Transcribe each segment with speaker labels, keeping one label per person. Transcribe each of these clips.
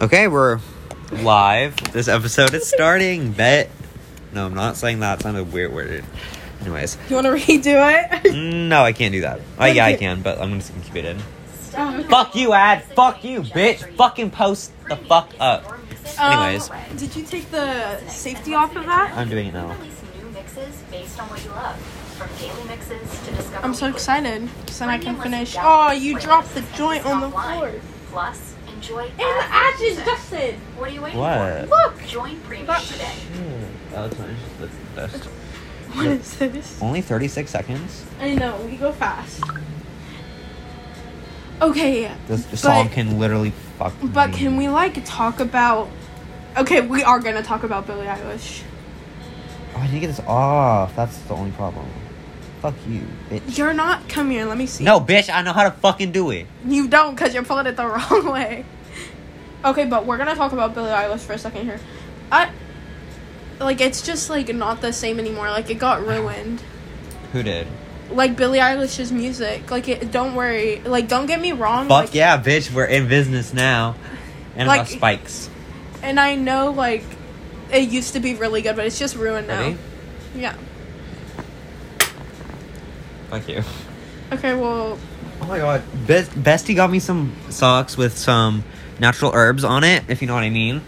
Speaker 1: Okay, we're live. This episode is starting. Bet. No, I'm not saying that. It sounded weird worded. Anyways,
Speaker 2: Do you want to redo it?
Speaker 1: no, I can't do that. Oh, yeah, I can, but I'm just gonna keep it in. Fuck you, ad. Fuck you, bitch. Fucking post the fuck up.
Speaker 2: Um,
Speaker 1: Anyways,
Speaker 2: did you take the safety off of that?
Speaker 1: I'm doing it now.
Speaker 2: I'm so excited, so I can finish. Oh, you dropped the joint on the floor.
Speaker 3: Plus, enjoy
Speaker 2: And the ad just dusted.
Speaker 3: What are you waiting
Speaker 1: What?
Speaker 3: for?
Speaker 2: Look.
Speaker 3: Join premium
Speaker 2: Fuck.
Speaker 3: today.
Speaker 2: Hmm,
Speaker 1: Oh, that's nice. That's the best.
Speaker 2: What is this?
Speaker 1: Only 36 seconds.
Speaker 2: I know we go fast. Okay,
Speaker 1: This
Speaker 2: But-
Speaker 1: song can literally fuck.
Speaker 2: but
Speaker 1: me.
Speaker 2: can we like talk about? Okay, we are gonna talk about Billie Eilish.
Speaker 1: Oh, I need to get this off. That's the only problem. Fuck you, bitch.
Speaker 2: You're not. Come here. Let me see.
Speaker 1: No, bitch. I know how to fucking do it.
Speaker 2: You don't, because you're pulling it the wrong way. Okay, but we're gonna talk about Billie Eilish for a second here. I like it's just like not the same anymore. Like it got ruined.
Speaker 1: Who did?
Speaker 2: Like Billie Eilish's music. Like it, don't worry. Like don't get me wrong.
Speaker 1: Fuck
Speaker 2: like,
Speaker 1: yeah, bitch. We're in business now. And
Speaker 2: Like-
Speaker 1: about spikes.
Speaker 2: And I know like it used to be really good, but it's just ruined now.
Speaker 1: Ready?
Speaker 2: Yeah.
Speaker 1: Fuck you.
Speaker 2: Okay. Well,
Speaker 1: Oh my god. Be- Bestie got me some socks with some natural herbs on it, if you know what I mean.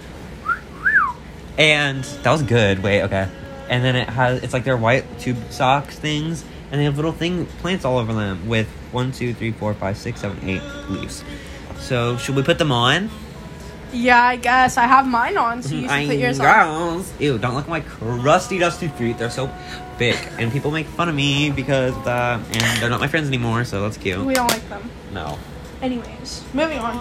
Speaker 1: And that was good. Wait, okay. And then it has, it's like their white tube socks things, and they have little thing plants all over them with one, two, three, four, five, six, seven, eight leaves. So should we put them on?
Speaker 2: yeah. I guess I have mine on, so you should put yours on.
Speaker 1: Mm, Girls. Ew, don't look at my crusty, dusty feet. They're so big. And people make fun of me because of that. And they're not my friends anymore, so that's cute.
Speaker 2: We don't like them.
Speaker 1: No.
Speaker 2: Anyways, moving on.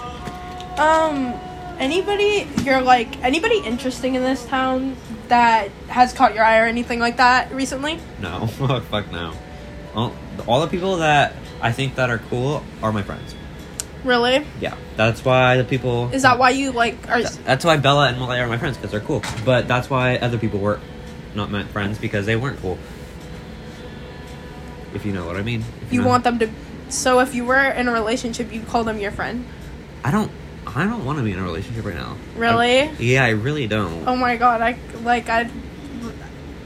Speaker 2: Um, anybody you're like anybody interesting in this town that has caught your eye or anything like that recently?
Speaker 1: No. Fuck no. All, all the people that I think that are cool are my friends.
Speaker 2: Really?
Speaker 1: Yeah. That's why the people.
Speaker 2: Is that why you like are?
Speaker 1: Th- That's why Bella and Malaya are my friends because they're cool. But that's why other people were not my friends because they weren't cool. If you know what I mean. If
Speaker 2: You
Speaker 1: know-
Speaker 2: want them to? So if you were in a relationship, you call them your friend.
Speaker 1: I don't. I don't want to be in a relationship right now.
Speaker 2: Really?
Speaker 1: I- yeah, I really don't.
Speaker 2: Oh my god! I like I.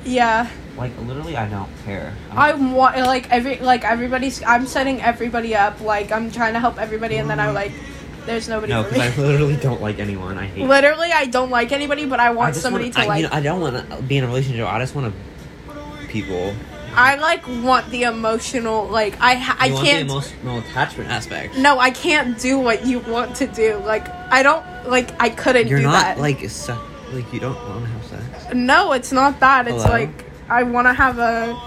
Speaker 2: Yeah,
Speaker 1: Like literally, I don't care.
Speaker 2: I want like every like everybody's. I'm setting everybody up. Like I'm trying to help everybody, and then I like, there's nobody
Speaker 1: no,
Speaker 2: for
Speaker 1: because
Speaker 2: me.
Speaker 1: I literally don't like anyone. I hate.
Speaker 2: Literally, I don't like anybody, but I
Speaker 1: I
Speaker 2: want
Speaker 1: just
Speaker 2: somebody
Speaker 1: wanna-
Speaker 2: to
Speaker 1: I,
Speaker 2: like.
Speaker 1: You know, I don't want to be in a relationship. I just want to people.
Speaker 2: I like want the emotional like I ha- I
Speaker 1: You want
Speaker 2: can't
Speaker 1: the emotional attachment aspect.
Speaker 2: no I can't do what you want to do like I don't like I couldn't
Speaker 1: you're
Speaker 2: do
Speaker 1: not
Speaker 2: that
Speaker 1: like se- like you don't want to have sex.
Speaker 2: no it's not that it's
Speaker 1: Hello?
Speaker 2: like I want to have a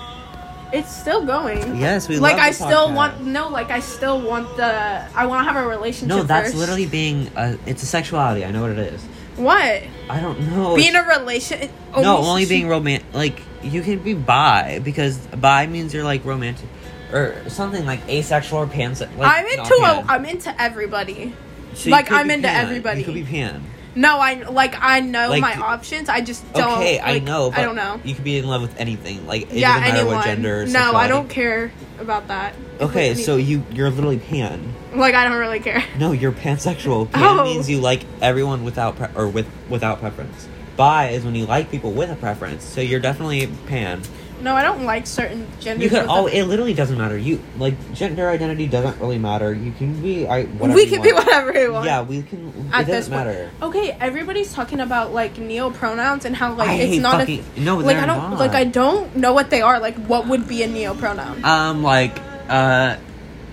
Speaker 2: it's still going
Speaker 1: Yes, we
Speaker 2: like
Speaker 1: love
Speaker 2: I
Speaker 1: the
Speaker 2: still
Speaker 1: podcast.
Speaker 2: want no like I still want the I want to have a relationship
Speaker 1: No, that's
Speaker 2: first.
Speaker 1: literally being. A, it's a sexuality. I know what it is.
Speaker 2: what
Speaker 1: I don't know.
Speaker 2: being
Speaker 1: Oh, It's-
Speaker 2: a relation oh,
Speaker 1: no,
Speaker 2: almost-
Speaker 1: only being romantic. Like you could be bi because bi means you're like romantic or something like asexual or pansexual. Like,
Speaker 2: I'm
Speaker 1: not
Speaker 2: into a,
Speaker 1: pan.
Speaker 2: I'm into everybody
Speaker 1: So you
Speaker 2: Like,
Speaker 1: could
Speaker 2: I'm
Speaker 1: be
Speaker 2: into
Speaker 1: pan.
Speaker 2: everybody.
Speaker 1: You could be pan.
Speaker 2: no I like I know
Speaker 1: Like,
Speaker 2: my
Speaker 1: d-
Speaker 2: options I just don't
Speaker 1: okay, I
Speaker 2: like,
Speaker 1: know. But
Speaker 2: I don't know
Speaker 1: You could be in love with anything. Like it
Speaker 2: yeah,
Speaker 1: doesn't matter
Speaker 2: anyone.
Speaker 1: what gender. or
Speaker 2: no, I
Speaker 1: sexuality.
Speaker 2: don't care about that.
Speaker 1: Okay,
Speaker 2: Like,
Speaker 1: so you you're literally pan.
Speaker 2: like I don't really care.
Speaker 1: No, you're pansexual. Pan
Speaker 2: Oh.
Speaker 1: means you like everyone without pre- or with without preference. Bi is when you like people with a preference. So you're definitely pan.
Speaker 2: No, I don't like certain genders.
Speaker 1: You could
Speaker 2: with
Speaker 1: all.
Speaker 2: a-
Speaker 1: It literally doesn't matter. You like gender identity doesn't really matter. You can be I. Whatever
Speaker 2: we
Speaker 1: you
Speaker 2: can be
Speaker 1: want.
Speaker 2: whatever we want.
Speaker 1: Yeah, we can.
Speaker 2: At
Speaker 1: it
Speaker 2: this
Speaker 1: doesn't
Speaker 2: point.
Speaker 1: matter.
Speaker 2: Okay, everybody's talking about like neo pronouns and how like
Speaker 1: I
Speaker 2: it's
Speaker 1: hate
Speaker 2: not
Speaker 1: fucking.
Speaker 2: a
Speaker 1: no,
Speaker 2: like
Speaker 1: they're
Speaker 2: I don't
Speaker 1: not.
Speaker 2: like I don't know what they are. Like what would be a neo pronoun?
Speaker 1: Um, like uh,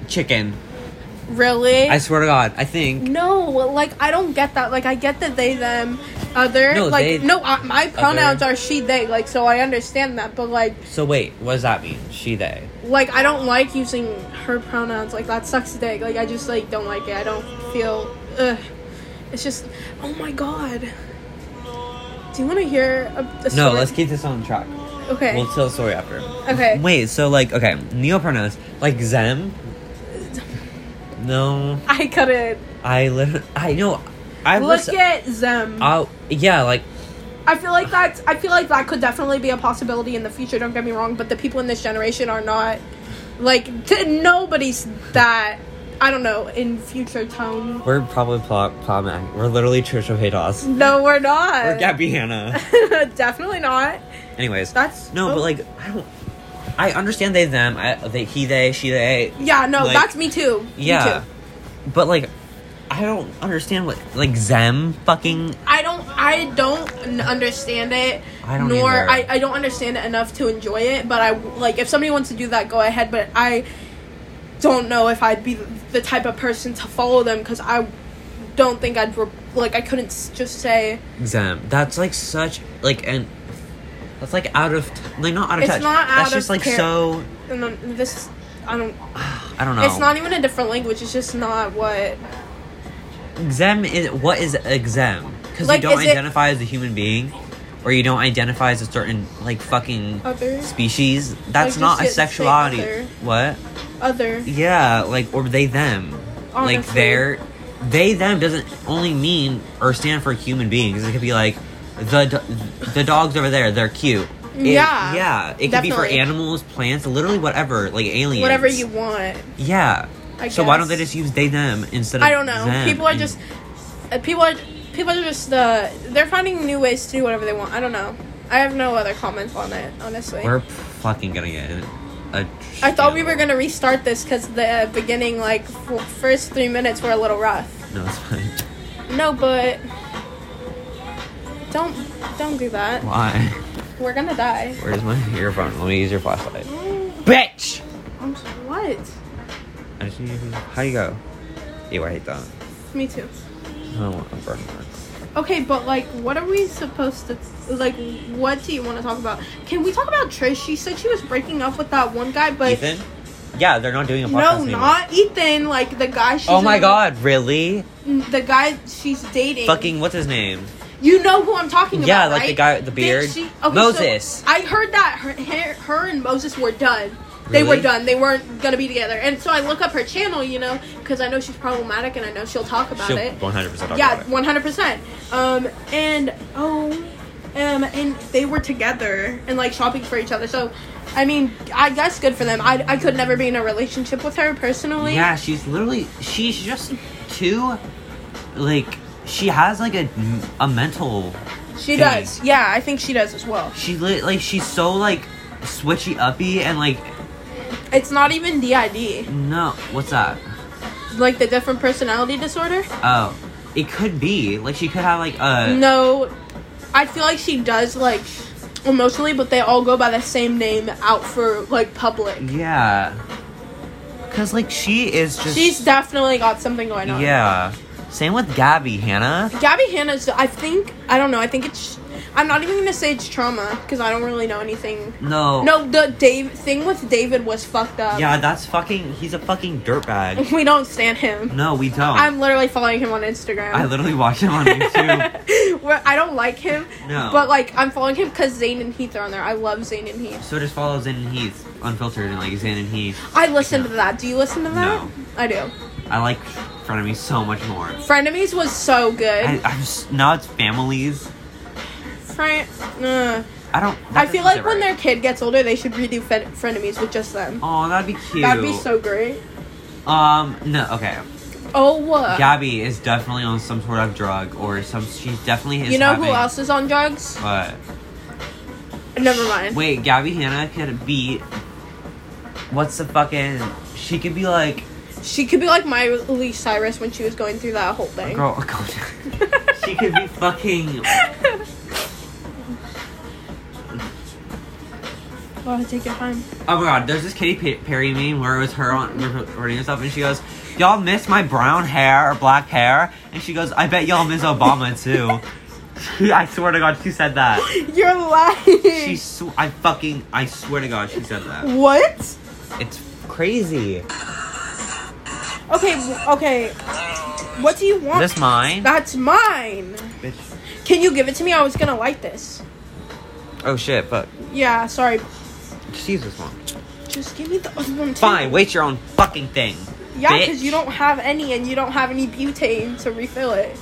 Speaker 1: chicken.
Speaker 2: really?
Speaker 1: I swear to God, I think
Speaker 2: no, like I don't get that. Like I get that they them other
Speaker 1: No,
Speaker 2: like
Speaker 1: they-
Speaker 2: no I, my pronouns
Speaker 1: other.
Speaker 2: are she they like so I understand that but like
Speaker 1: So wait, what does that mean? She they.
Speaker 2: like I don't like using her pronouns. Like that sucks dick. Like I just like don't like it. I don't feel. Ugh. It's just. Oh my god. Do you want to hear a, a
Speaker 1: No,
Speaker 2: story?
Speaker 1: let's keep this on track.
Speaker 2: Okay.
Speaker 1: We'll tell the story after.
Speaker 2: Okay.
Speaker 1: Wait, so like okay, neopronouns like Zem. No,
Speaker 2: I cut it.
Speaker 1: I literally I know I
Speaker 2: Look
Speaker 1: was
Speaker 2: at them.
Speaker 1: I yeah like
Speaker 2: I feel like that's. I feel like that could definitely be a possibility in the future. Don't get me wrong, but the people in this generation are not. Like t- nobody's that I don't know, in future tone.
Speaker 1: We're probably plot problematic. We're literally Church of Hados.
Speaker 2: No, we're not.
Speaker 1: We're Gabby Hanna.
Speaker 2: Definitely not.
Speaker 1: Anyways,
Speaker 2: That's
Speaker 1: no,
Speaker 2: oh.
Speaker 1: but like I don't. I understand they them. I they he they she they.
Speaker 2: Yeah, no,
Speaker 1: like-
Speaker 2: that's me too. Me
Speaker 1: Yeah,
Speaker 2: too.
Speaker 1: but like I don't understand what like them fucking.
Speaker 2: I don't. I don't n- understand it.
Speaker 1: I don't
Speaker 2: nor
Speaker 1: either.
Speaker 2: I. I don't understand it enough to enjoy it. But I like if somebody wants to do that, go ahead. But I don't know if I'd be the type of person to follow them because I don't think I'd re- like. I couldn't s- just say
Speaker 1: Them. That's like such like an. That's like out of t- like not out of
Speaker 2: It's
Speaker 1: touch.
Speaker 2: not out
Speaker 1: That's
Speaker 2: of
Speaker 1: just like
Speaker 2: par-
Speaker 1: so.
Speaker 2: and then this. I don't.
Speaker 1: I don't know.
Speaker 2: It's not even a different language. It's just not what.
Speaker 1: Exem is what is exem? Because
Speaker 2: Like,
Speaker 1: you don't
Speaker 2: is it-
Speaker 1: identify as a human being, or you don't identify as a certain like fucking
Speaker 2: Other?
Speaker 1: species. That's
Speaker 2: Oh. just
Speaker 1: not a
Speaker 2: get to say
Speaker 1: sexuality.
Speaker 2: other.
Speaker 1: What?
Speaker 2: Other.
Speaker 1: Yeah, like or they them. Like
Speaker 2: Honestly.
Speaker 1: they're they them doesn't only mean or stand for human beings. It could be like the do- the dogs over there. They're cute. It-
Speaker 2: Yeah,
Speaker 1: yeah. It could be for
Speaker 2: definitely.
Speaker 1: animals, plants, literally whatever. Like aliens.
Speaker 2: Whatever you want.
Speaker 1: Yeah.
Speaker 2: I
Speaker 1: so why don't they
Speaker 2: guess.
Speaker 1: just use they them instead of
Speaker 2: I don't know.
Speaker 1: them
Speaker 2: People are
Speaker 1: and-
Speaker 2: just uh, people are people are just uh, they're finding new ways to do whatever they want. I don't know. I have no other comments on it, honestly.
Speaker 1: We're fucking gonna get it. A
Speaker 2: I thought we were gonna restart this because the uh, beginning, like f- first three minutes, were a little rough.
Speaker 1: No, it's fine.
Speaker 2: No, but don't don't do that.
Speaker 1: Why?
Speaker 2: We're gonna die.
Speaker 1: Where's my earphone? Let me use your flashlight. Bitch!
Speaker 2: I'm so- what?
Speaker 1: I just need your- How you go? Ew, I hate that.
Speaker 2: Me too.
Speaker 1: I don't want a burn mark.
Speaker 2: Okay, but like, what are we supposed to like? What do you want to talk about? Can we talk about Trish? She said she was breaking up with that one guy, but
Speaker 1: Ethan? Yeah, they're not doing a podcast
Speaker 2: No,
Speaker 1: anymore.
Speaker 2: not Ethan. Like the guy she's
Speaker 1: Oh my
Speaker 2: in-
Speaker 1: god, really?
Speaker 2: the guy she's dating.
Speaker 1: Fucking, what's his name?
Speaker 2: you know who I'm talking about?
Speaker 1: Yeah, like the
Speaker 2: right?
Speaker 1: guy with the
Speaker 2: Did
Speaker 1: beard.
Speaker 2: she-
Speaker 1: Moses.
Speaker 2: so I heard that her, her, her and Moses were done. They were
Speaker 1: Really?
Speaker 2: done. They weren't gonna be together. And so I look up her channel, you know, because I know she's problematic and I know she'll talk about
Speaker 1: She'll
Speaker 2: it.
Speaker 1: 100% talk
Speaker 2: Yeah,
Speaker 1: about it.
Speaker 2: one hundred percent. Um, and oh, um, and they were together and like shopping for each other. So, I mean, I guess good for them. I, I could never be in a relationship with her personally.
Speaker 1: Yeah, she's literally she's just too like she has like a a mental
Speaker 2: She
Speaker 1: Hey.
Speaker 2: does. Yeah, I think she does as well.
Speaker 1: she li- like she's so like switchy uppy and like
Speaker 2: It's not even DID,
Speaker 1: no what's that
Speaker 2: like the different personality disorder.
Speaker 1: oh it could be like she could have like a
Speaker 2: No, I feel like she does like emotionally, but they all go by the same name out for like public.
Speaker 1: yeah because like she is just
Speaker 2: She's definitely got something going on.
Speaker 1: yeah same with gabby hannah
Speaker 2: Gabby Hanna's. I think I don't know. I think it's. I'm not even gonna say it's trauma because I don't really know anything.
Speaker 1: no
Speaker 2: No, the Dave thing with David was fucked up.
Speaker 1: Oh. yeah that's fucking he's a fucking dirtbag
Speaker 2: We don't stand him.
Speaker 1: no we don't
Speaker 2: I'm literally following him on Instagram.
Speaker 1: i literally watched him on youtube
Speaker 2: Where I don't like him.
Speaker 1: No.
Speaker 2: But like I'm following him because Zayn and Heath are on there. I love Zayn and Heath.
Speaker 1: so just follow Zen and Heath unfiltered and like Zen and Heath.
Speaker 2: I listen to that. Do you listen to that?
Speaker 1: No.
Speaker 2: I do.
Speaker 1: I like Frenemy so much more.
Speaker 2: Frenemies was so good.
Speaker 1: I, I'm just, now it's families.
Speaker 2: Fren- uh,
Speaker 1: I don't.
Speaker 2: I feel like when their kid gets older, they should redo fen- frenemies with just them.
Speaker 1: Oh, that'd be cute.
Speaker 2: That'd be so great.
Speaker 1: Um, no, okay.
Speaker 2: Oh, what?
Speaker 1: Gabby is definitely on some sort of drug or some. She's definitely. Is
Speaker 2: you know
Speaker 1: having-
Speaker 2: who else is on drugs?
Speaker 1: But
Speaker 2: Never mind.
Speaker 1: wait, Gabby Hanna could be. What's the fucking? She could be like,
Speaker 2: She could be like Miley Cyrus when she was going through that whole thing.
Speaker 1: girl. Go she could be fucking.
Speaker 2: Oh, take your time.
Speaker 1: Oh my god, there's this Katy Pe- Perry meme where it was her on recording herself, and she goes, "Y'all miss my brown hair or black hair," and she goes, "I bet y'all miss Obama too." I swear to God, she said that.
Speaker 2: You're lying.
Speaker 1: She, sw- I fucking, I swear to God, she said that.
Speaker 2: What?
Speaker 1: It's crazy.
Speaker 2: Okay, w- okay. What do you want?
Speaker 1: This mine?
Speaker 2: That's mine.
Speaker 1: Bitch.
Speaker 2: Can you give it to me? I was gonna like this.
Speaker 1: Oh shit, but
Speaker 2: Yeah, sorry.
Speaker 1: just use this one.
Speaker 2: Just give me the other one. Too.
Speaker 1: Fine, wait your own fucking thing.
Speaker 2: Yeah, because you
Speaker 1: bitch.
Speaker 2: don't have any, and you don't have any butane to refill it.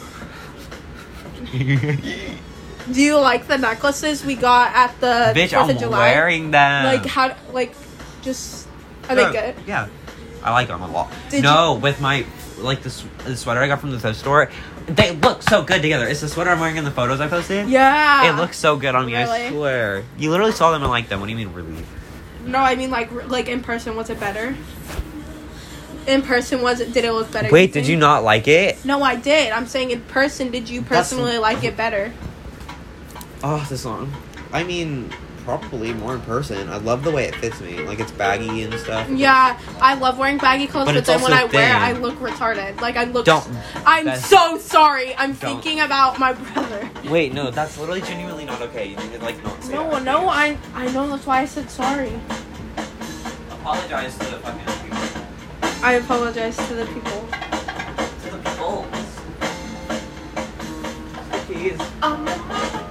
Speaker 2: Do you like the necklaces we got at the
Speaker 1: Bitch,
Speaker 2: Fourth of
Speaker 1: I'm
Speaker 2: July?
Speaker 1: wearing them.
Speaker 2: Like how? Like just are
Speaker 1: No,
Speaker 2: they good?
Speaker 1: Yeah. I like them a lot.
Speaker 2: Did
Speaker 1: no, with my like this the sweater I got from the thrift store, they look so good together. It's the sweater I'm wearing in the photos I posted.
Speaker 2: Yeah.
Speaker 1: It looks so good on me, I
Speaker 2: Really?
Speaker 1: swear. You literally saw them and liked them. What do you mean, really?
Speaker 2: No, I mean like r- like in person. Was it better? In person, was it? Did it look better?
Speaker 1: Wait, did you
Speaker 2: think?
Speaker 1: not like it?
Speaker 2: No, I did. I'm saying in person. Did you
Speaker 1: That's-
Speaker 2: personally like it better?
Speaker 1: Oh, this long. I mean, probably more in person. I love the way it fits me. Like, it's baggy and stuff.
Speaker 2: Yeah, I love wearing baggy clothes,
Speaker 1: But
Speaker 2: but,
Speaker 1: it's
Speaker 2: then when
Speaker 1: also
Speaker 2: I wear,
Speaker 1: thin.
Speaker 2: I look retarded. Like I look.
Speaker 1: Don't.
Speaker 2: I'm
Speaker 1: that's-
Speaker 2: so sorry. I'm
Speaker 1: Don't.
Speaker 2: thinking about my brother.
Speaker 1: Wait, no, that's literally genuinely not okay. You need to, like, not say
Speaker 2: No,
Speaker 1: that.
Speaker 2: no, I I know that's why I said sorry.
Speaker 1: Apologize to the fucking people.
Speaker 2: I apologize to the people.
Speaker 1: To the people. Please.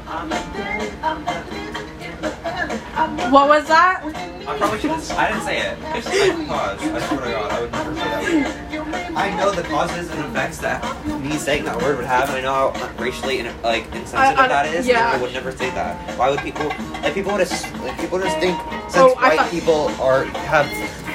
Speaker 2: What was that?
Speaker 1: I probably should have. I didn't say it. It's like cause. I swear to God, I would never say that. Word. I know the causes and effects that me saying that word would have, and I know how racially and like insensitive
Speaker 2: I-
Speaker 1: that is.
Speaker 2: yeah.
Speaker 1: and I would never say that. Why would people? Like people would just like people just think since
Speaker 2: Oh, I
Speaker 1: white
Speaker 2: thought-
Speaker 1: people are have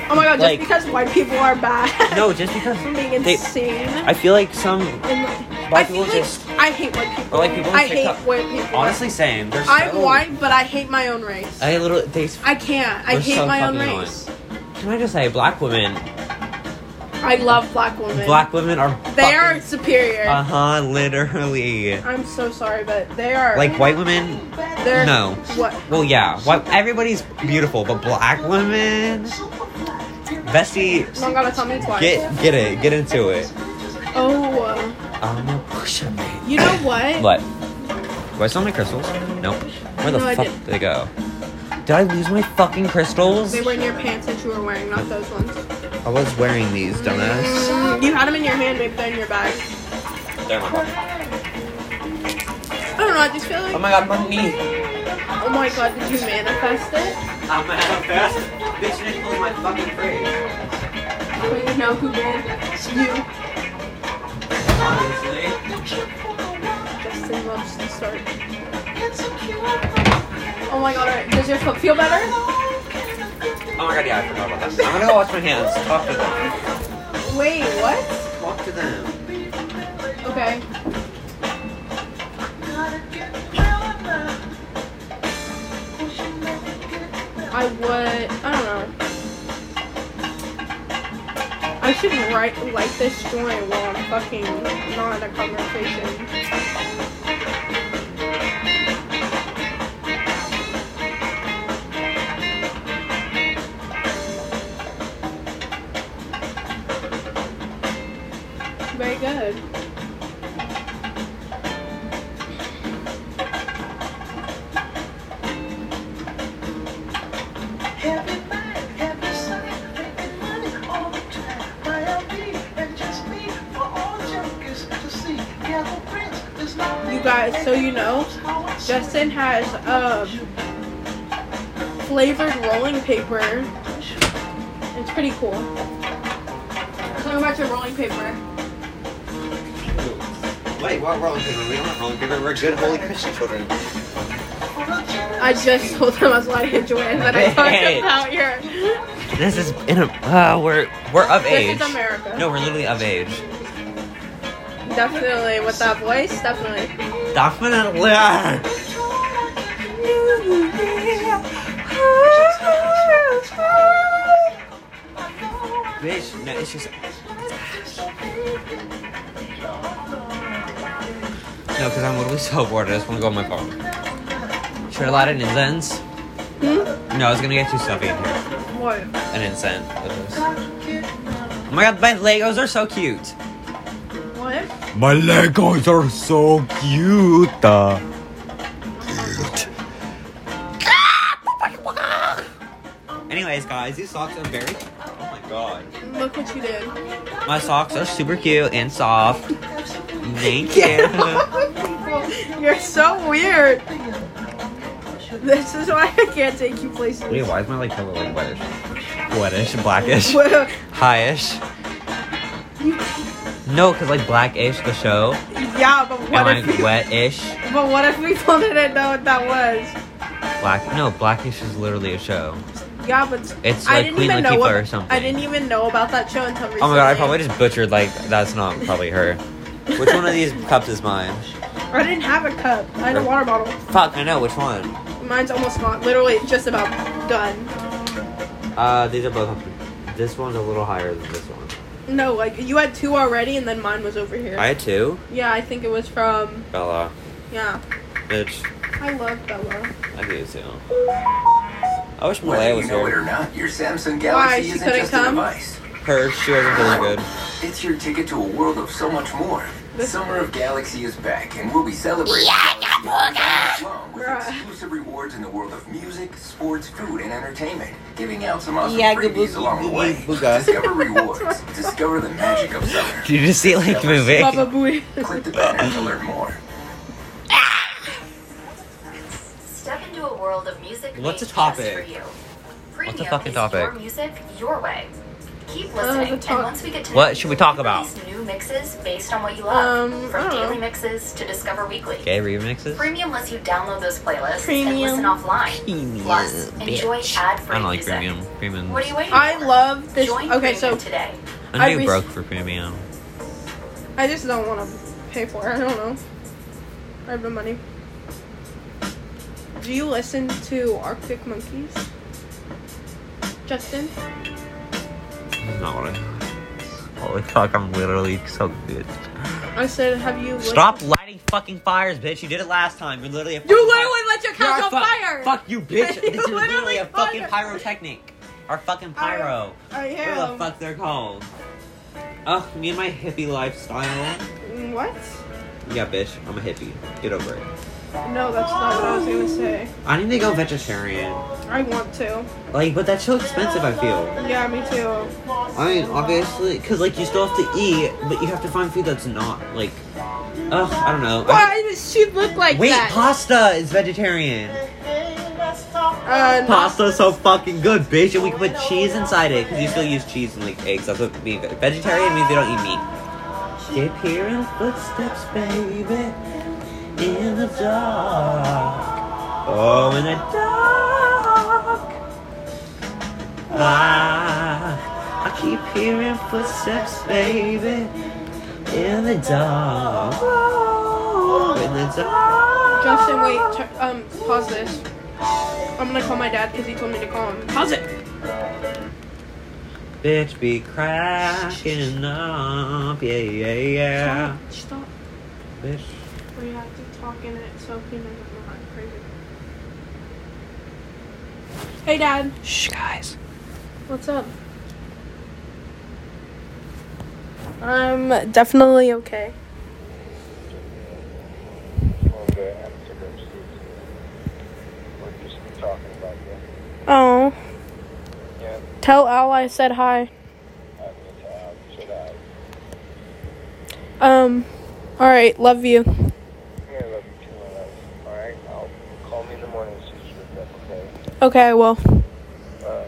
Speaker 2: Oh my god!
Speaker 1: Like-
Speaker 2: just because white people are bad.
Speaker 1: no, just because
Speaker 2: from being insane.
Speaker 1: I feel like some
Speaker 2: And, like,
Speaker 1: Black
Speaker 2: I feel
Speaker 1: people
Speaker 2: like
Speaker 1: just-
Speaker 2: I hate white people.
Speaker 1: Or, like, people on
Speaker 2: I hate
Speaker 1: TikTok.
Speaker 2: white people.
Speaker 1: honestly same. They're so,
Speaker 2: I'm white, but I hate my own race. I,
Speaker 1: I literally they.
Speaker 2: can't. I
Speaker 1: They're
Speaker 2: hate
Speaker 1: so
Speaker 2: my own
Speaker 1: fucking
Speaker 2: race.
Speaker 1: Can I just say, black women,
Speaker 2: I love black women.
Speaker 1: black women are
Speaker 2: They are superior.
Speaker 1: Uh huh. Literally.
Speaker 2: I'm so sorry, but they are
Speaker 1: Like white women,
Speaker 2: They're
Speaker 1: no.
Speaker 2: What?
Speaker 1: Well, yeah. What everybody's beautiful, but black women, Bessie,
Speaker 2: Don't gotta tell me twice.
Speaker 1: get get it, get into it.
Speaker 2: Oh, uh,
Speaker 1: I'm a pusher man.
Speaker 2: you know what?
Speaker 1: What? Do I still have my crystals? Nope. Where the
Speaker 2: No, I
Speaker 1: fuck
Speaker 2: didn't.
Speaker 1: did they go? Did I lose my fucking crystals?
Speaker 2: They were in your pants that you were wearing, not those ones.
Speaker 1: I was wearing these, dumbass.
Speaker 2: Mm, you had them in your hand, maybe they're in your bag.
Speaker 1: They're in my pocket.
Speaker 2: I don't know. I just feel like.
Speaker 1: Oh my god, my knee.
Speaker 2: oh my god! Did you manifest it?
Speaker 1: I'm gonna have a fast. Bitch, Nick pulled my fucking braid.
Speaker 2: But you know who did? You.
Speaker 1: Obviously.
Speaker 2: Justin loves to start. Oh my god, alright. does your foot feel better?
Speaker 1: Oh my god, yeah, I forgot about that. I'm gonna go wash my hands. Talk to them.
Speaker 2: Wait, what?
Speaker 1: Talk to them.
Speaker 2: Okay. I would. I don't know. I should write like this joint while I'm fucking not in a conversation. Very good.
Speaker 3: You guys, so you know, Justin
Speaker 2: Justin has um flavored rolling paper. It's pretty cool. Talking about your rolling paper.
Speaker 1: Wait, what rolling paper? We don't have rolling paper. We're good holy Christian children.
Speaker 2: I just told him I was lying to Joanne that I
Speaker 1: Hey.
Speaker 2: talked about your.
Speaker 1: This is in a uh, we're we're of
Speaker 2: This
Speaker 1: age.
Speaker 2: is America.
Speaker 1: No, we're literally of age.
Speaker 2: Definitely with that voice, definitely.
Speaker 1: Definitely. Bitch, no, it's just no, because I'm literally so bored. I just want to go on my phone. Should I light an incense?
Speaker 2: Hmm?
Speaker 1: No, it's gonna get too stuffy in here.
Speaker 2: What?
Speaker 1: An incense. with this. Oh my god, my Legos are so cute.
Speaker 2: What?
Speaker 1: My Legos are so cute. Uh, Anyways, guys, these socks are very. Oh my god.
Speaker 2: Look what you did.
Speaker 1: My socks are super cute and soft. Thank
Speaker 2: Get
Speaker 1: you.
Speaker 2: off of people. You're so weird. This is why I can't take you places.
Speaker 1: Wait, why is my like color like whitish? Whitish, blackish,
Speaker 2: Well,
Speaker 1: highish. No, cause like blackish the show,
Speaker 2: yeah, but what
Speaker 1: and
Speaker 2: if
Speaker 1: like
Speaker 2: you-
Speaker 1: wetish,
Speaker 2: But what if people didn't know what that was?
Speaker 1: black. No, blackish is literally a show.
Speaker 2: Yeah, but
Speaker 1: It's
Speaker 2: I
Speaker 1: like
Speaker 2: didn't
Speaker 1: Queen
Speaker 2: even
Speaker 1: Latifah
Speaker 2: know
Speaker 1: or
Speaker 2: ab-
Speaker 1: something.
Speaker 2: I didn't even know about that show until recently.
Speaker 1: Oh my god, I probably just butchered like that's not probably her. Which one of these cups is mine?
Speaker 2: I didn't have a cup. I had a water bottle.
Speaker 1: Fuck, I know which one.
Speaker 2: Mine's almost gone. Literally just about done.
Speaker 1: Uh, these are both. up- This one's a little higher than this one.
Speaker 2: No, like you had two already, and then mine was over here.
Speaker 1: I had two.
Speaker 2: yeah, I think it was from.
Speaker 1: Bella,
Speaker 2: Yeah,
Speaker 1: bitch,
Speaker 2: I love Bella.
Speaker 1: I do too. I wish Malaya
Speaker 4: Whether
Speaker 1: was
Speaker 4: you know it
Speaker 1: here.
Speaker 4: or not, your Samsung
Speaker 2: Why,
Speaker 4: Galaxy
Speaker 2: she
Speaker 4: isn't
Speaker 2: couldn't
Speaker 4: just
Speaker 2: come?
Speaker 4: a device.
Speaker 1: Her, she wasn't feeling good.
Speaker 4: It's your ticket to a world of so much more. The
Speaker 2: This-
Speaker 4: Summer of Galaxy is back, and we'll be celebrating Galaxy all month long with
Speaker 2: Bruh.
Speaker 4: exclusive rewards in the world of music, sports, food, and entertainment. Giving out some awesome
Speaker 1: Yeah,
Speaker 4: freebies
Speaker 1: gabuga,
Speaker 4: along the way.
Speaker 1: booga.
Speaker 4: Discover rewards. Discover the magic of summer.
Speaker 1: Did you just see like moving?
Speaker 2: Baba Booey.
Speaker 4: Click the banner to learn more.
Speaker 5: Step into a world of music.
Speaker 1: What's
Speaker 5: made
Speaker 1: the topic?
Speaker 5: just for you.
Speaker 1: What's the
Speaker 5: Premium
Speaker 1: fucking
Speaker 5: is
Speaker 1: topic?
Speaker 5: Your music, your way. Keep
Speaker 2: Uh, the
Speaker 5: listening,
Speaker 2: top-
Speaker 5: and once we get to
Speaker 1: What should we talk about?
Speaker 5: release New mixes based on what you
Speaker 2: Um,
Speaker 5: love,
Speaker 2: I
Speaker 5: from
Speaker 2: don't know.
Speaker 5: daily mixes to Discover Weekly.
Speaker 1: Gay remixes.
Speaker 5: Premium lets you download those playlists and
Speaker 2: Premium.
Speaker 5: listen offline.
Speaker 1: Premium,
Speaker 5: Plus, enjoy
Speaker 1: bitch.
Speaker 5: ad-free
Speaker 1: I don't like
Speaker 5: music.
Speaker 1: premium. Premium.
Speaker 5: What are you waiting
Speaker 2: I
Speaker 5: for?
Speaker 2: love this.
Speaker 5: Join
Speaker 2: Okay,
Speaker 5: Premium
Speaker 2: so
Speaker 5: today.
Speaker 1: I'm too
Speaker 2: I rec-
Speaker 1: broke for premium.
Speaker 2: I just don't want to pay for it. I don't know. I have the money. Do you listen to Arctic Monkeys? Justin?
Speaker 1: Not what I. Holy fuck! I'm literally so good.
Speaker 2: I said, have you. listened-
Speaker 1: Stop lighting fucking fires, bitch! You did it last time. You're literally a.
Speaker 2: You
Speaker 1: fucking
Speaker 2: literally let your
Speaker 1: You're
Speaker 2: couch
Speaker 1: a
Speaker 2: on
Speaker 1: fuck-
Speaker 2: fire!
Speaker 1: Fuck you, bitch.
Speaker 2: You
Speaker 1: this is literally
Speaker 2: literally
Speaker 1: a fucking
Speaker 2: fire-
Speaker 1: pyrotechnic. Our fucking
Speaker 2: I-
Speaker 1: pyro.
Speaker 2: I
Speaker 1: What the
Speaker 2: am.
Speaker 1: fuck they're called? Ugh, me and my hippie lifestyle.
Speaker 2: What?
Speaker 1: Yeah, bitch, I'm a hippie. Get over it.
Speaker 2: No, that's not what I was gonna say.
Speaker 1: I need to go vegetarian.
Speaker 2: I want to.
Speaker 1: Like, but that's so expensive, I feel.
Speaker 2: Yeah, me too.
Speaker 1: I mean, obviously, because, like, you still have to eat, but you have to find food that's not, like, ugh, I don't know. I-
Speaker 2: Why does she look like
Speaker 1: Wait,
Speaker 2: that?
Speaker 1: pasta is vegetarian.
Speaker 2: Uh, no.
Speaker 1: Pasta's so fucking good, bitch, and we can put cheese inside it, because you still use cheese and, like, eggs. That's what being vegetarian means they don't eat meat. Skip here in footsteps, baby, in the dark. Oh, in the dark. Ah, I keep hearing footsteps, baby, in the dark. Oh, in the dark.
Speaker 2: Justin, wait. Tur- um, pause this. I'm gonna call my dad because he told me to call him. Pause it.
Speaker 1: Bitch be cracking up, yeah, yeah, yeah.
Speaker 2: Stop.
Speaker 1: Bitch.
Speaker 2: We have to talk in it so he doesn't know I'm crazy. Hey, Dad.
Speaker 1: Shh, guys.
Speaker 2: What's up? I'm Um, definitely okay. Oh. Tell Al I said hi. Um. All right. Love you. Okay, I will.
Speaker 6: Uh,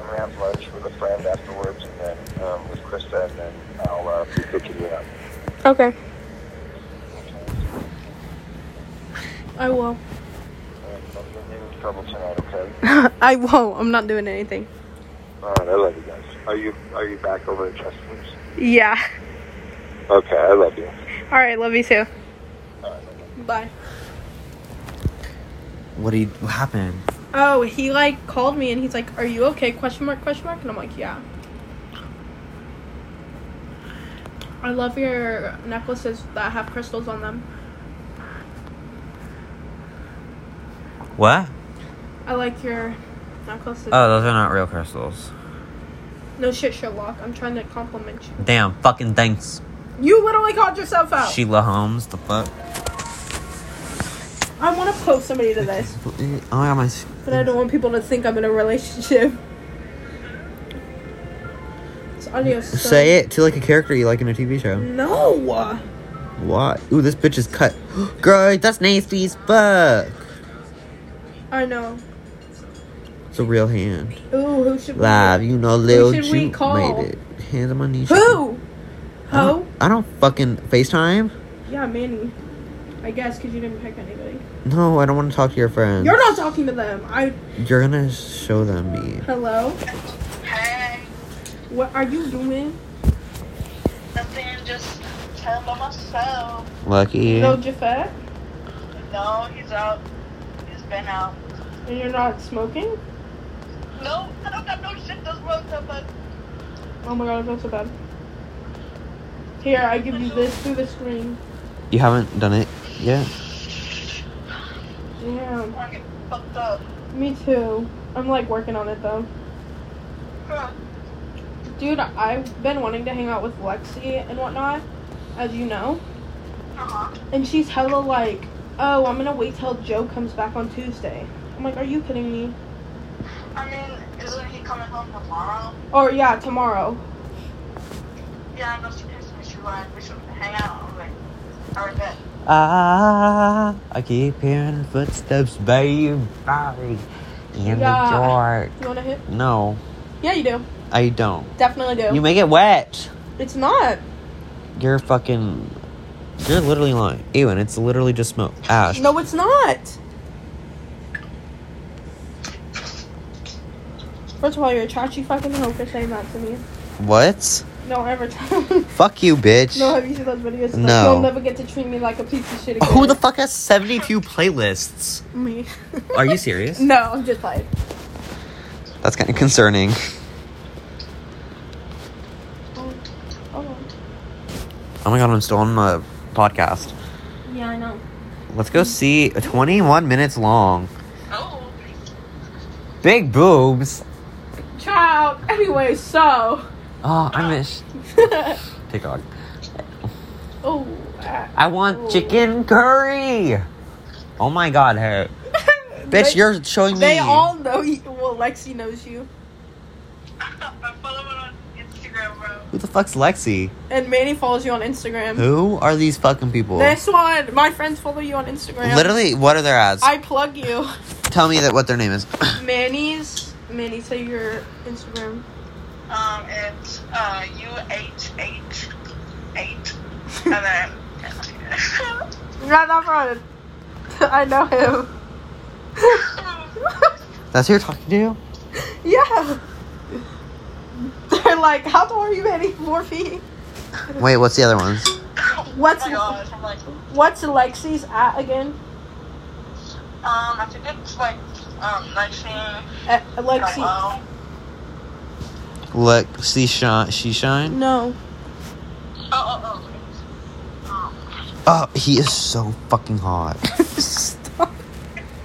Speaker 6: um, afterwards and then um, with Krista and then I'll uh, be picking you up.
Speaker 2: Okay,
Speaker 6: Okay.
Speaker 2: I will.
Speaker 6: Uh, don't get me in trouble tonight, okay?
Speaker 2: I won't. I'm not doing anything.
Speaker 6: Alright, I love you guys. Are you are you back over at Justin's?
Speaker 2: Yeah.
Speaker 6: Okay, I love you.
Speaker 2: All right. Love you too.
Speaker 6: Alright.
Speaker 2: Bye.
Speaker 1: What do you, what happened?
Speaker 2: Oh, he like called me and he's like, "Are you okay?" Question mark? Question mark? And I'm like, "Yeah." I love your necklaces that have crystals on them.
Speaker 1: What?
Speaker 2: I like your necklaces.
Speaker 1: Oh, those are not real crystals.
Speaker 2: no shit, Sherlock. I'm trying to compliment you.
Speaker 1: Damn, fucking thanks,
Speaker 2: You literally called yourself out.
Speaker 1: Sheila Holmes. The fuck?
Speaker 2: I want to post somebody to this,
Speaker 1: Oh my god, my. s-
Speaker 2: but I don't want people to think I'm in a relationship. This audio.
Speaker 1: Say it to like a character you like in a TV show.
Speaker 2: No.
Speaker 1: Why? Ooh, this bitch is cut. Girl, that's nasty as fuck.
Speaker 2: I know.
Speaker 1: It's a real hand.
Speaker 2: Ooh, who should we-
Speaker 1: Live, you know, Lil
Speaker 2: should we
Speaker 1: Juke
Speaker 2: call?
Speaker 1: made it. Hands on my knees.
Speaker 2: Who?
Speaker 1: I
Speaker 2: Ho?
Speaker 1: don't, I don't fucking FaceTime.
Speaker 2: Yeah, Manny. I I guess, because you didn't pick anybody.
Speaker 1: No, I don't want to talk to your friends.
Speaker 2: You're not talking to them. I.
Speaker 1: You're gonna show them me.
Speaker 2: Hello?
Speaker 3: Hey,
Speaker 2: What are you doing?
Speaker 3: nothing, just time by myself.
Speaker 1: Lucky.
Speaker 2: No Jafar?
Speaker 3: No, he's out. He's been out.
Speaker 2: And you're not smoking?
Speaker 3: No, I don't got no shit that's wrong with but
Speaker 2: Oh my god, I feel so bad. Here, I give you this through the screen.
Speaker 1: You haven't done it yet.
Speaker 2: Yeah.
Speaker 3: I'm getting fucked up.
Speaker 2: Me too. I'm like working on it though.
Speaker 3: Huh.
Speaker 2: Dude, I've been wanting to hang out with Lexi and whatnot, as you know.
Speaker 3: Uh-huh.
Speaker 2: And she's hella like, oh, I'm gonna wait till Joe comes back on Tuesday. I'm like, are you kidding me?
Speaker 3: I mean, isn't he coming home tomorrow?
Speaker 2: Or yeah, tomorrow.
Speaker 3: Yeah, I know she pissed me. She lied. We should hang out. I'm like, all right, bet.
Speaker 1: Ah, I keep hearing footsteps, babe. Sorry. In
Speaker 2: Yeah.
Speaker 1: the dark.
Speaker 2: You wanna hit?
Speaker 1: No,
Speaker 2: Yeah, you do.
Speaker 1: I don't.
Speaker 2: Definitely do.
Speaker 1: You make it wet.
Speaker 2: it's not.
Speaker 1: You're fucking. You're literally lying. Ewan, it's literally just smoke. Ash.
Speaker 2: No, it's not. First of all, you're a trashy fucking hoe for saying that to me.
Speaker 1: What?
Speaker 2: Don't ever tell.
Speaker 1: Fuck you, bitch.
Speaker 2: No, have you seen those videos? Like,
Speaker 1: No.
Speaker 2: You'll never get to treat me like a piece of shit again.
Speaker 1: Who the fuck has 72 playlists?
Speaker 2: Me.
Speaker 1: Are you serious?
Speaker 2: no, I'm just playing.
Speaker 1: That's kind of concerning.
Speaker 2: Oh,
Speaker 1: Oh my god, I'm still on the podcast.
Speaker 2: yeah, I know.
Speaker 1: Let's go see. 21 minutes long.
Speaker 3: Oh.
Speaker 1: Big boobs.
Speaker 2: Child. Anyway, so.
Speaker 1: Oh, I miss TikTok.
Speaker 2: oh. ah.
Speaker 1: I want
Speaker 2: Oh.
Speaker 1: chicken curry. Oh my god, hey. Bitch,
Speaker 2: They-
Speaker 1: you're showing me.
Speaker 2: They all know you. Well, Lexi knows you,
Speaker 3: I follow him on Instagram, bro.
Speaker 1: Who the fuck's Lexi?
Speaker 2: and Manny follows you on Instagram.
Speaker 1: Who are these fucking people?
Speaker 2: This one, my friends follow you on Instagram.
Speaker 1: Literally, what are their ads?
Speaker 2: I plug you.
Speaker 1: Tell me that what their name is.
Speaker 2: Manny's. Manny, say your Instagram.
Speaker 3: Um, it's uh U H H eight, and then
Speaker 2: Not that friend. I know him.
Speaker 1: That's who you're talking to?
Speaker 2: Yeah. They're like, how tall are you, Manny? Four feet.
Speaker 1: Wait, what's the other ones?
Speaker 2: What's
Speaker 3: oh my gosh, I'm like, um,
Speaker 2: what's Lexi's at again?
Speaker 3: um, I think it's like um nineteen.
Speaker 2: Uh, Lexi.
Speaker 3: Hello.
Speaker 1: Lexi Shine. She Shine?
Speaker 2: No.
Speaker 3: Oh oh oh. Um,
Speaker 1: Oh, he is so fucking hot.
Speaker 2: Stop.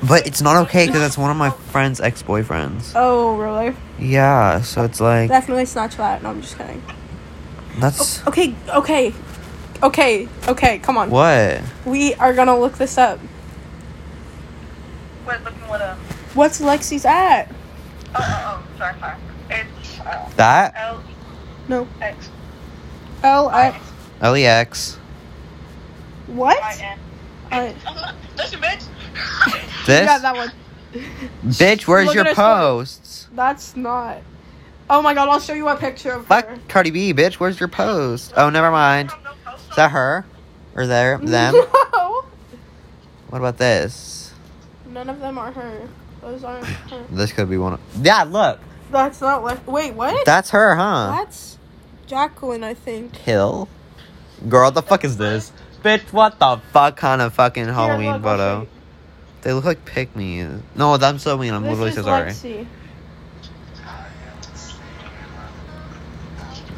Speaker 1: But it's not okay because that's one of my friend's ex boyfriends.
Speaker 2: Oh, really?
Speaker 1: Yeah, so it's like.
Speaker 2: Definitely Snatchflat. No, I'm just kidding.
Speaker 1: That's.
Speaker 2: Okay, okay, okay, okay. Come on.
Speaker 1: What?
Speaker 2: We are gonna look this up.
Speaker 3: wait, looking what up?
Speaker 2: What's Lexi's at?
Speaker 3: Oh oh oh. Sorry, sorry. It's uh,
Speaker 1: That?
Speaker 3: L
Speaker 2: No.
Speaker 3: X
Speaker 2: L
Speaker 3: I
Speaker 2: I.
Speaker 1: E LEX.
Speaker 3: I
Speaker 2: What?
Speaker 3: N.
Speaker 2: I.
Speaker 3: That's your bitch.
Speaker 1: This?
Speaker 2: Yeah, that one.
Speaker 1: Bitch, where's
Speaker 2: Look at
Speaker 1: your
Speaker 2: her story.
Speaker 1: posts?
Speaker 2: That's not. Oh my god! I'll show you a picture of her.
Speaker 1: Fuck Cardi B, bitch, where's your post? Oh, never mind. Is that her? Or there? Them?
Speaker 2: No.
Speaker 1: what about this?
Speaker 2: None of them are her. Those aren't her.
Speaker 1: This could be one of. Yeah, look.
Speaker 2: That's not Lex. Wait, what?
Speaker 1: That's her, huh?
Speaker 2: That's Jacqueline, I think.
Speaker 1: Hill? Girl, what the fuck is this? Bitch, what the fuck kind of fucking
Speaker 2: Here,
Speaker 1: Halloween
Speaker 2: look, I'll show
Speaker 1: photo? They look like pick me. No, I'm so mean. I'm
Speaker 2: you.
Speaker 1: literally
Speaker 2: This
Speaker 1: so
Speaker 2: is
Speaker 1: sorry.
Speaker 2: Lexi.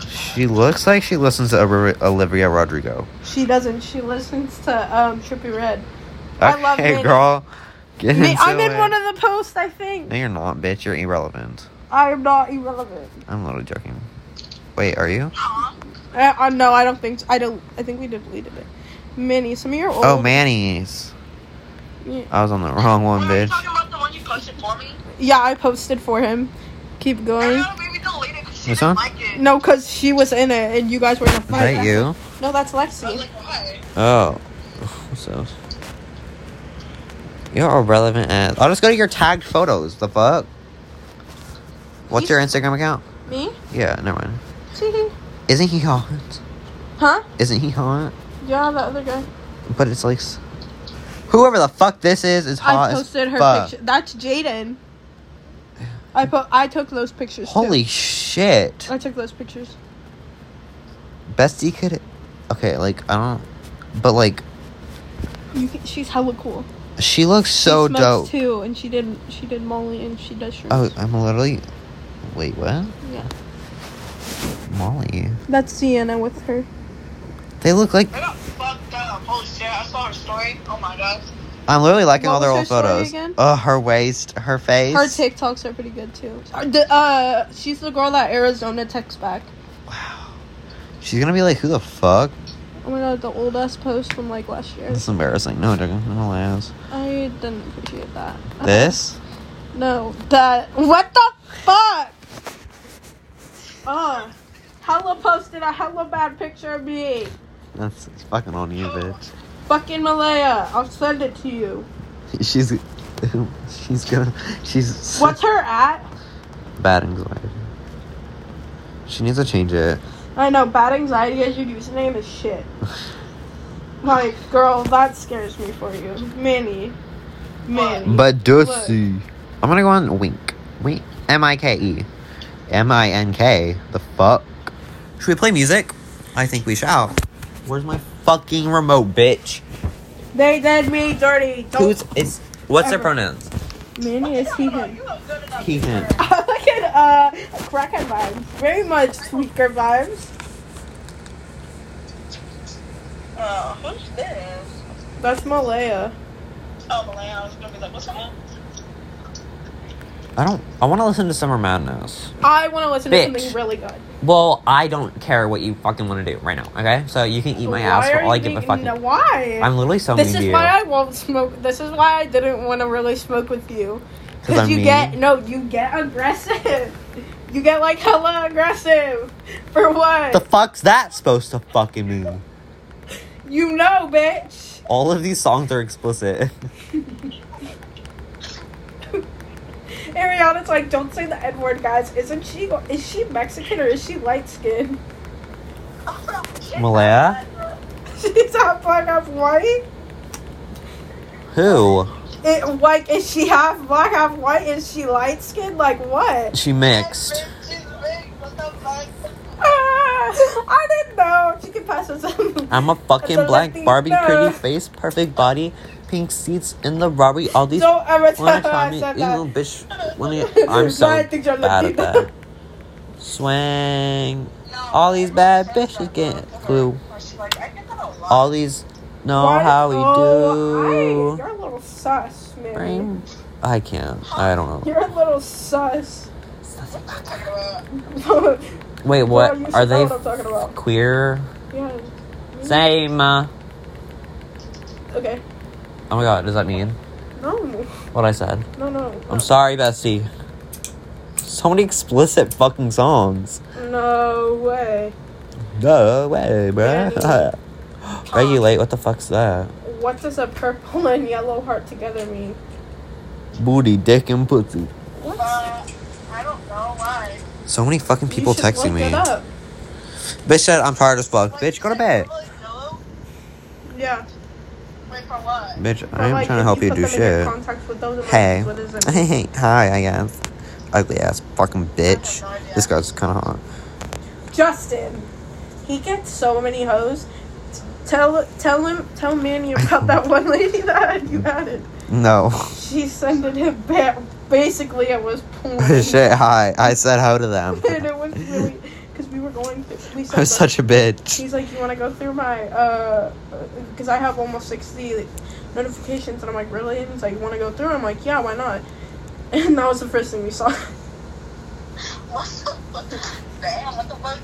Speaker 1: She looks like she listens to Ober- Olivia Rodrigo.
Speaker 2: She doesn't. She listens to um Trippy Red. I love
Speaker 1: Okay,
Speaker 2: Minnie.
Speaker 1: girl. Get
Speaker 2: Me-
Speaker 1: into
Speaker 2: I'm in
Speaker 1: it.
Speaker 2: one of the posts, I think.
Speaker 1: No, you're not, bitch. You're irrelevant.
Speaker 2: I am not irrelevant.
Speaker 1: I'm literally joking. Wait, are you?
Speaker 2: Uh, uh, no, I don't think. So. I don't. I think we deleted it. Minnie, some of your old.
Speaker 1: Oh, Manny's.
Speaker 2: Yeah.
Speaker 1: I was on the wrong one,
Speaker 3: Are you
Speaker 1: bitch.
Speaker 3: talking about the one you posted for me?
Speaker 2: Yeah, I posted for him. Keep
Speaker 3: I
Speaker 2: going.
Speaker 3: know, maybe delete it 'cause she
Speaker 1: This one?
Speaker 3: didn't like it.
Speaker 2: No, cause she was in it, and you guys were in a
Speaker 1: Is
Speaker 2: fight.
Speaker 1: that you?
Speaker 2: No, that's
Speaker 3: I was
Speaker 2: Lexi.
Speaker 3: like, why?
Speaker 1: Oh. What's else? You're irrelevant as. I'll just go to your tagged photos. The fuck? What's your Instagram account?
Speaker 2: Me?
Speaker 1: Yeah, never mind.
Speaker 2: huh?
Speaker 1: Isn't he hot? Isn't he hot?
Speaker 2: Yeah, that other guy.
Speaker 1: But it's like. s- Whoever the fuck this is is hot.
Speaker 2: I posted
Speaker 1: as
Speaker 2: her
Speaker 1: fuck.
Speaker 2: picture. That's Jaden. I po- I took those pictures. too.
Speaker 1: Holy shit.
Speaker 2: I took those pictures.
Speaker 1: Bestie could. Okay, like I don't. But like
Speaker 2: You can, she's hella cool.
Speaker 1: she looks so
Speaker 2: she
Speaker 1: dope.
Speaker 2: smokes too, and she did she did Molly and she does shrooms.
Speaker 1: Oh, I'm literally. Wait, what?
Speaker 2: yeah.
Speaker 1: Molly.
Speaker 2: That's Sienna with her.
Speaker 1: They look like
Speaker 3: I got fucked up. Holy shit, I saw her story. Oh my god.
Speaker 1: I'm literally liking
Speaker 2: What
Speaker 1: all their old
Speaker 2: was her story
Speaker 1: photos.
Speaker 2: again?
Speaker 1: Uh, her waist, her face.
Speaker 2: Her TikToks are pretty good too. Uh, the- uh, she's the girl that Arizona texts back.
Speaker 1: She's gonna be like, who the fuck?
Speaker 2: Oh my god, the old ass post from like last year.
Speaker 1: This is embarrassing. No, Digga, I'm gonna ass.
Speaker 2: I didn't appreciate that. Uh,
Speaker 1: This?
Speaker 2: No, that. What the fuck? Oh, hella posted a hella bad picture of me.
Speaker 1: That's it's fucking on you, bitch.
Speaker 2: Fucking Malaya, I'll send it to you.
Speaker 1: She's. She's gonna. She's.
Speaker 2: What's her at?
Speaker 1: Bad anxiety. She needs to change it.
Speaker 2: I know, bad anxiety as your username is shit. Like, girl, that scares me for you. Manny. Manny.
Speaker 1: But Dusty. I'm gonna go on Wink. Wink. M I K E. M I N K. The fuck? Should we play music? I think we shall. Where's my fucking remote, bitch?
Speaker 2: They did me dirty. Don't.
Speaker 1: Who's. It's. What's their
Speaker 2: ever-
Speaker 1: pronouns?
Speaker 2: Manny is he him.
Speaker 3: You look good enough.
Speaker 1: He, him.
Speaker 2: I like it, uh, crackhead vibes. Very much tweaker vibes.
Speaker 3: Uh, who's this?
Speaker 2: That's Malaya.
Speaker 3: Oh, Malaya. I was gonna be like, what's up?
Speaker 1: I don't. I want to listen to Summer Madness.
Speaker 2: I want to listen
Speaker 1: Bitch.
Speaker 2: to something really good.
Speaker 1: Well, I don't care what you fucking want to do right now, okay? So you can eat my
Speaker 2: Why
Speaker 1: ass for
Speaker 2: are
Speaker 1: all I
Speaker 2: you
Speaker 1: give a
Speaker 2: being-
Speaker 1: fucking.
Speaker 2: no, Why?
Speaker 1: I'm literally so
Speaker 2: this
Speaker 1: mean
Speaker 2: is
Speaker 1: to you.
Speaker 2: why I won't smoke. This is why I didn't want to really smoke with you.
Speaker 1: 'Cause I'm
Speaker 2: Because you
Speaker 1: mean.
Speaker 2: get no, you get aggressive. You get like hella aggressive. For what?
Speaker 1: the fuck's that supposed to fucking mean?
Speaker 2: you know, bitch.
Speaker 1: All of these songs are explicit.
Speaker 2: Ariana's like, don't say the N word, guys. Isn't she? Is she Mexican or is she light skinned?
Speaker 1: Malaya?
Speaker 2: She's not black, half white.
Speaker 1: Who?
Speaker 2: It, like, is she half black, half white? Is she light skinned? Like, what?
Speaker 1: She mixed.
Speaker 3: She's big. What the fuck?
Speaker 2: Ah, I didn't know. She could pass us.
Speaker 1: I'm a fucking
Speaker 2: That's
Speaker 1: black
Speaker 2: Latina.
Speaker 1: Barbie, pretty face, perfect body, pink seats in the Rari. All these
Speaker 2: Don't ever
Speaker 1: wanna
Speaker 2: tell her
Speaker 1: try
Speaker 2: I
Speaker 1: me,
Speaker 2: said
Speaker 1: you little
Speaker 2: that.
Speaker 1: bitch. wanna- I'm so
Speaker 2: I think you're
Speaker 1: bad at
Speaker 2: Latina.
Speaker 1: that. Swang. All these bad bitches get glue. All these know
Speaker 2: Why-
Speaker 1: how we
Speaker 2: oh, I-
Speaker 1: do.
Speaker 2: you're a little sus, man.
Speaker 1: Brain- I can't. I don't know.
Speaker 2: You're a little sus.
Speaker 1: Wait,
Speaker 2: you
Speaker 1: what?
Speaker 2: should
Speaker 1: Are
Speaker 2: know
Speaker 1: they
Speaker 2: what I'm talking about.
Speaker 1: queer?
Speaker 2: yeah.
Speaker 1: Same. uh,
Speaker 2: Okay.
Speaker 1: Oh my god, does that mean
Speaker 2: No.
Speaker 1: what I said?
Speaker 2: No. No.
Speaker 1: I'm sorry, Bestie. So many explicit fucking songs.
Speaker 2: No way.
Speaker 1: No way, bruh. Regulate, what the fuck's that?
Speaker 2: What does a purple and yellow heart together mean?
Speaker 1: Booty, dick, and pussy.
Speaker 3: Uh, I don't know why.
Speaker 1: So many fucking people
Speaker 2: you should
Speaker 1: texting
Speaker 2: look
Speaker 1: me.
Speaker 2: It up.
Speaker 1: Bitch said, I'm tired as fuck. Bitch, go to bed.
Speaker 2: Yeah.
Speaker 3: Wait for what?
Speaker 1: Bitch,
Speaker 2: But,
Speaker 1: I am
Speaker 2: like,
Speaker 1: trying to
Speaker 2: if
Speaker 1: help you
Speaker 2: put
Speaker 1: do
Speaker 2: them in your
Speaker 1: shit.
Speaker 2: contacts with those
Speaker 1: Hey.
Speaker 2: emojis, what does it mean?
Speaker 1: Hey, hi, I guess. Ugly ass fucking bitch.
Speaker 3: I have no idea.
Speaker 1: This guy's kind of hot.
Speaker 2: Justin. He gets so many hoes. T- Tell tell him tell Manny about that one lady that had you had it.
Speaker 1: No.
Speaker 2: She sent it him back. Basically, it was porn.
Speaker 1: Shit, hi. I said hello to them.
Speaker 2: and it was really because we were going through. We
Speaker 1: I'm such a bitch.
Speaker 2: He's like, you want to go through my uh, because I have almost sixty notifications, and I'm like, really? And he's like, you want to go through? I'm like, yeah, why not? And that was the first thing we saw.
Speaker 3: What the fuck? Damn, what the fuck?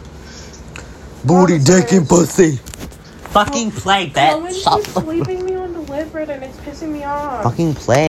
Speaker 1: Booty, dick, and
Speaker 2: Promises.
Speaker 1: pussy. Fucking play,
Speaker 2: Cohen
Speaker 1: bitch.
Speaker 2: keeps leaving me on the and it's pissing me off.
Speaker 1: Fucking play.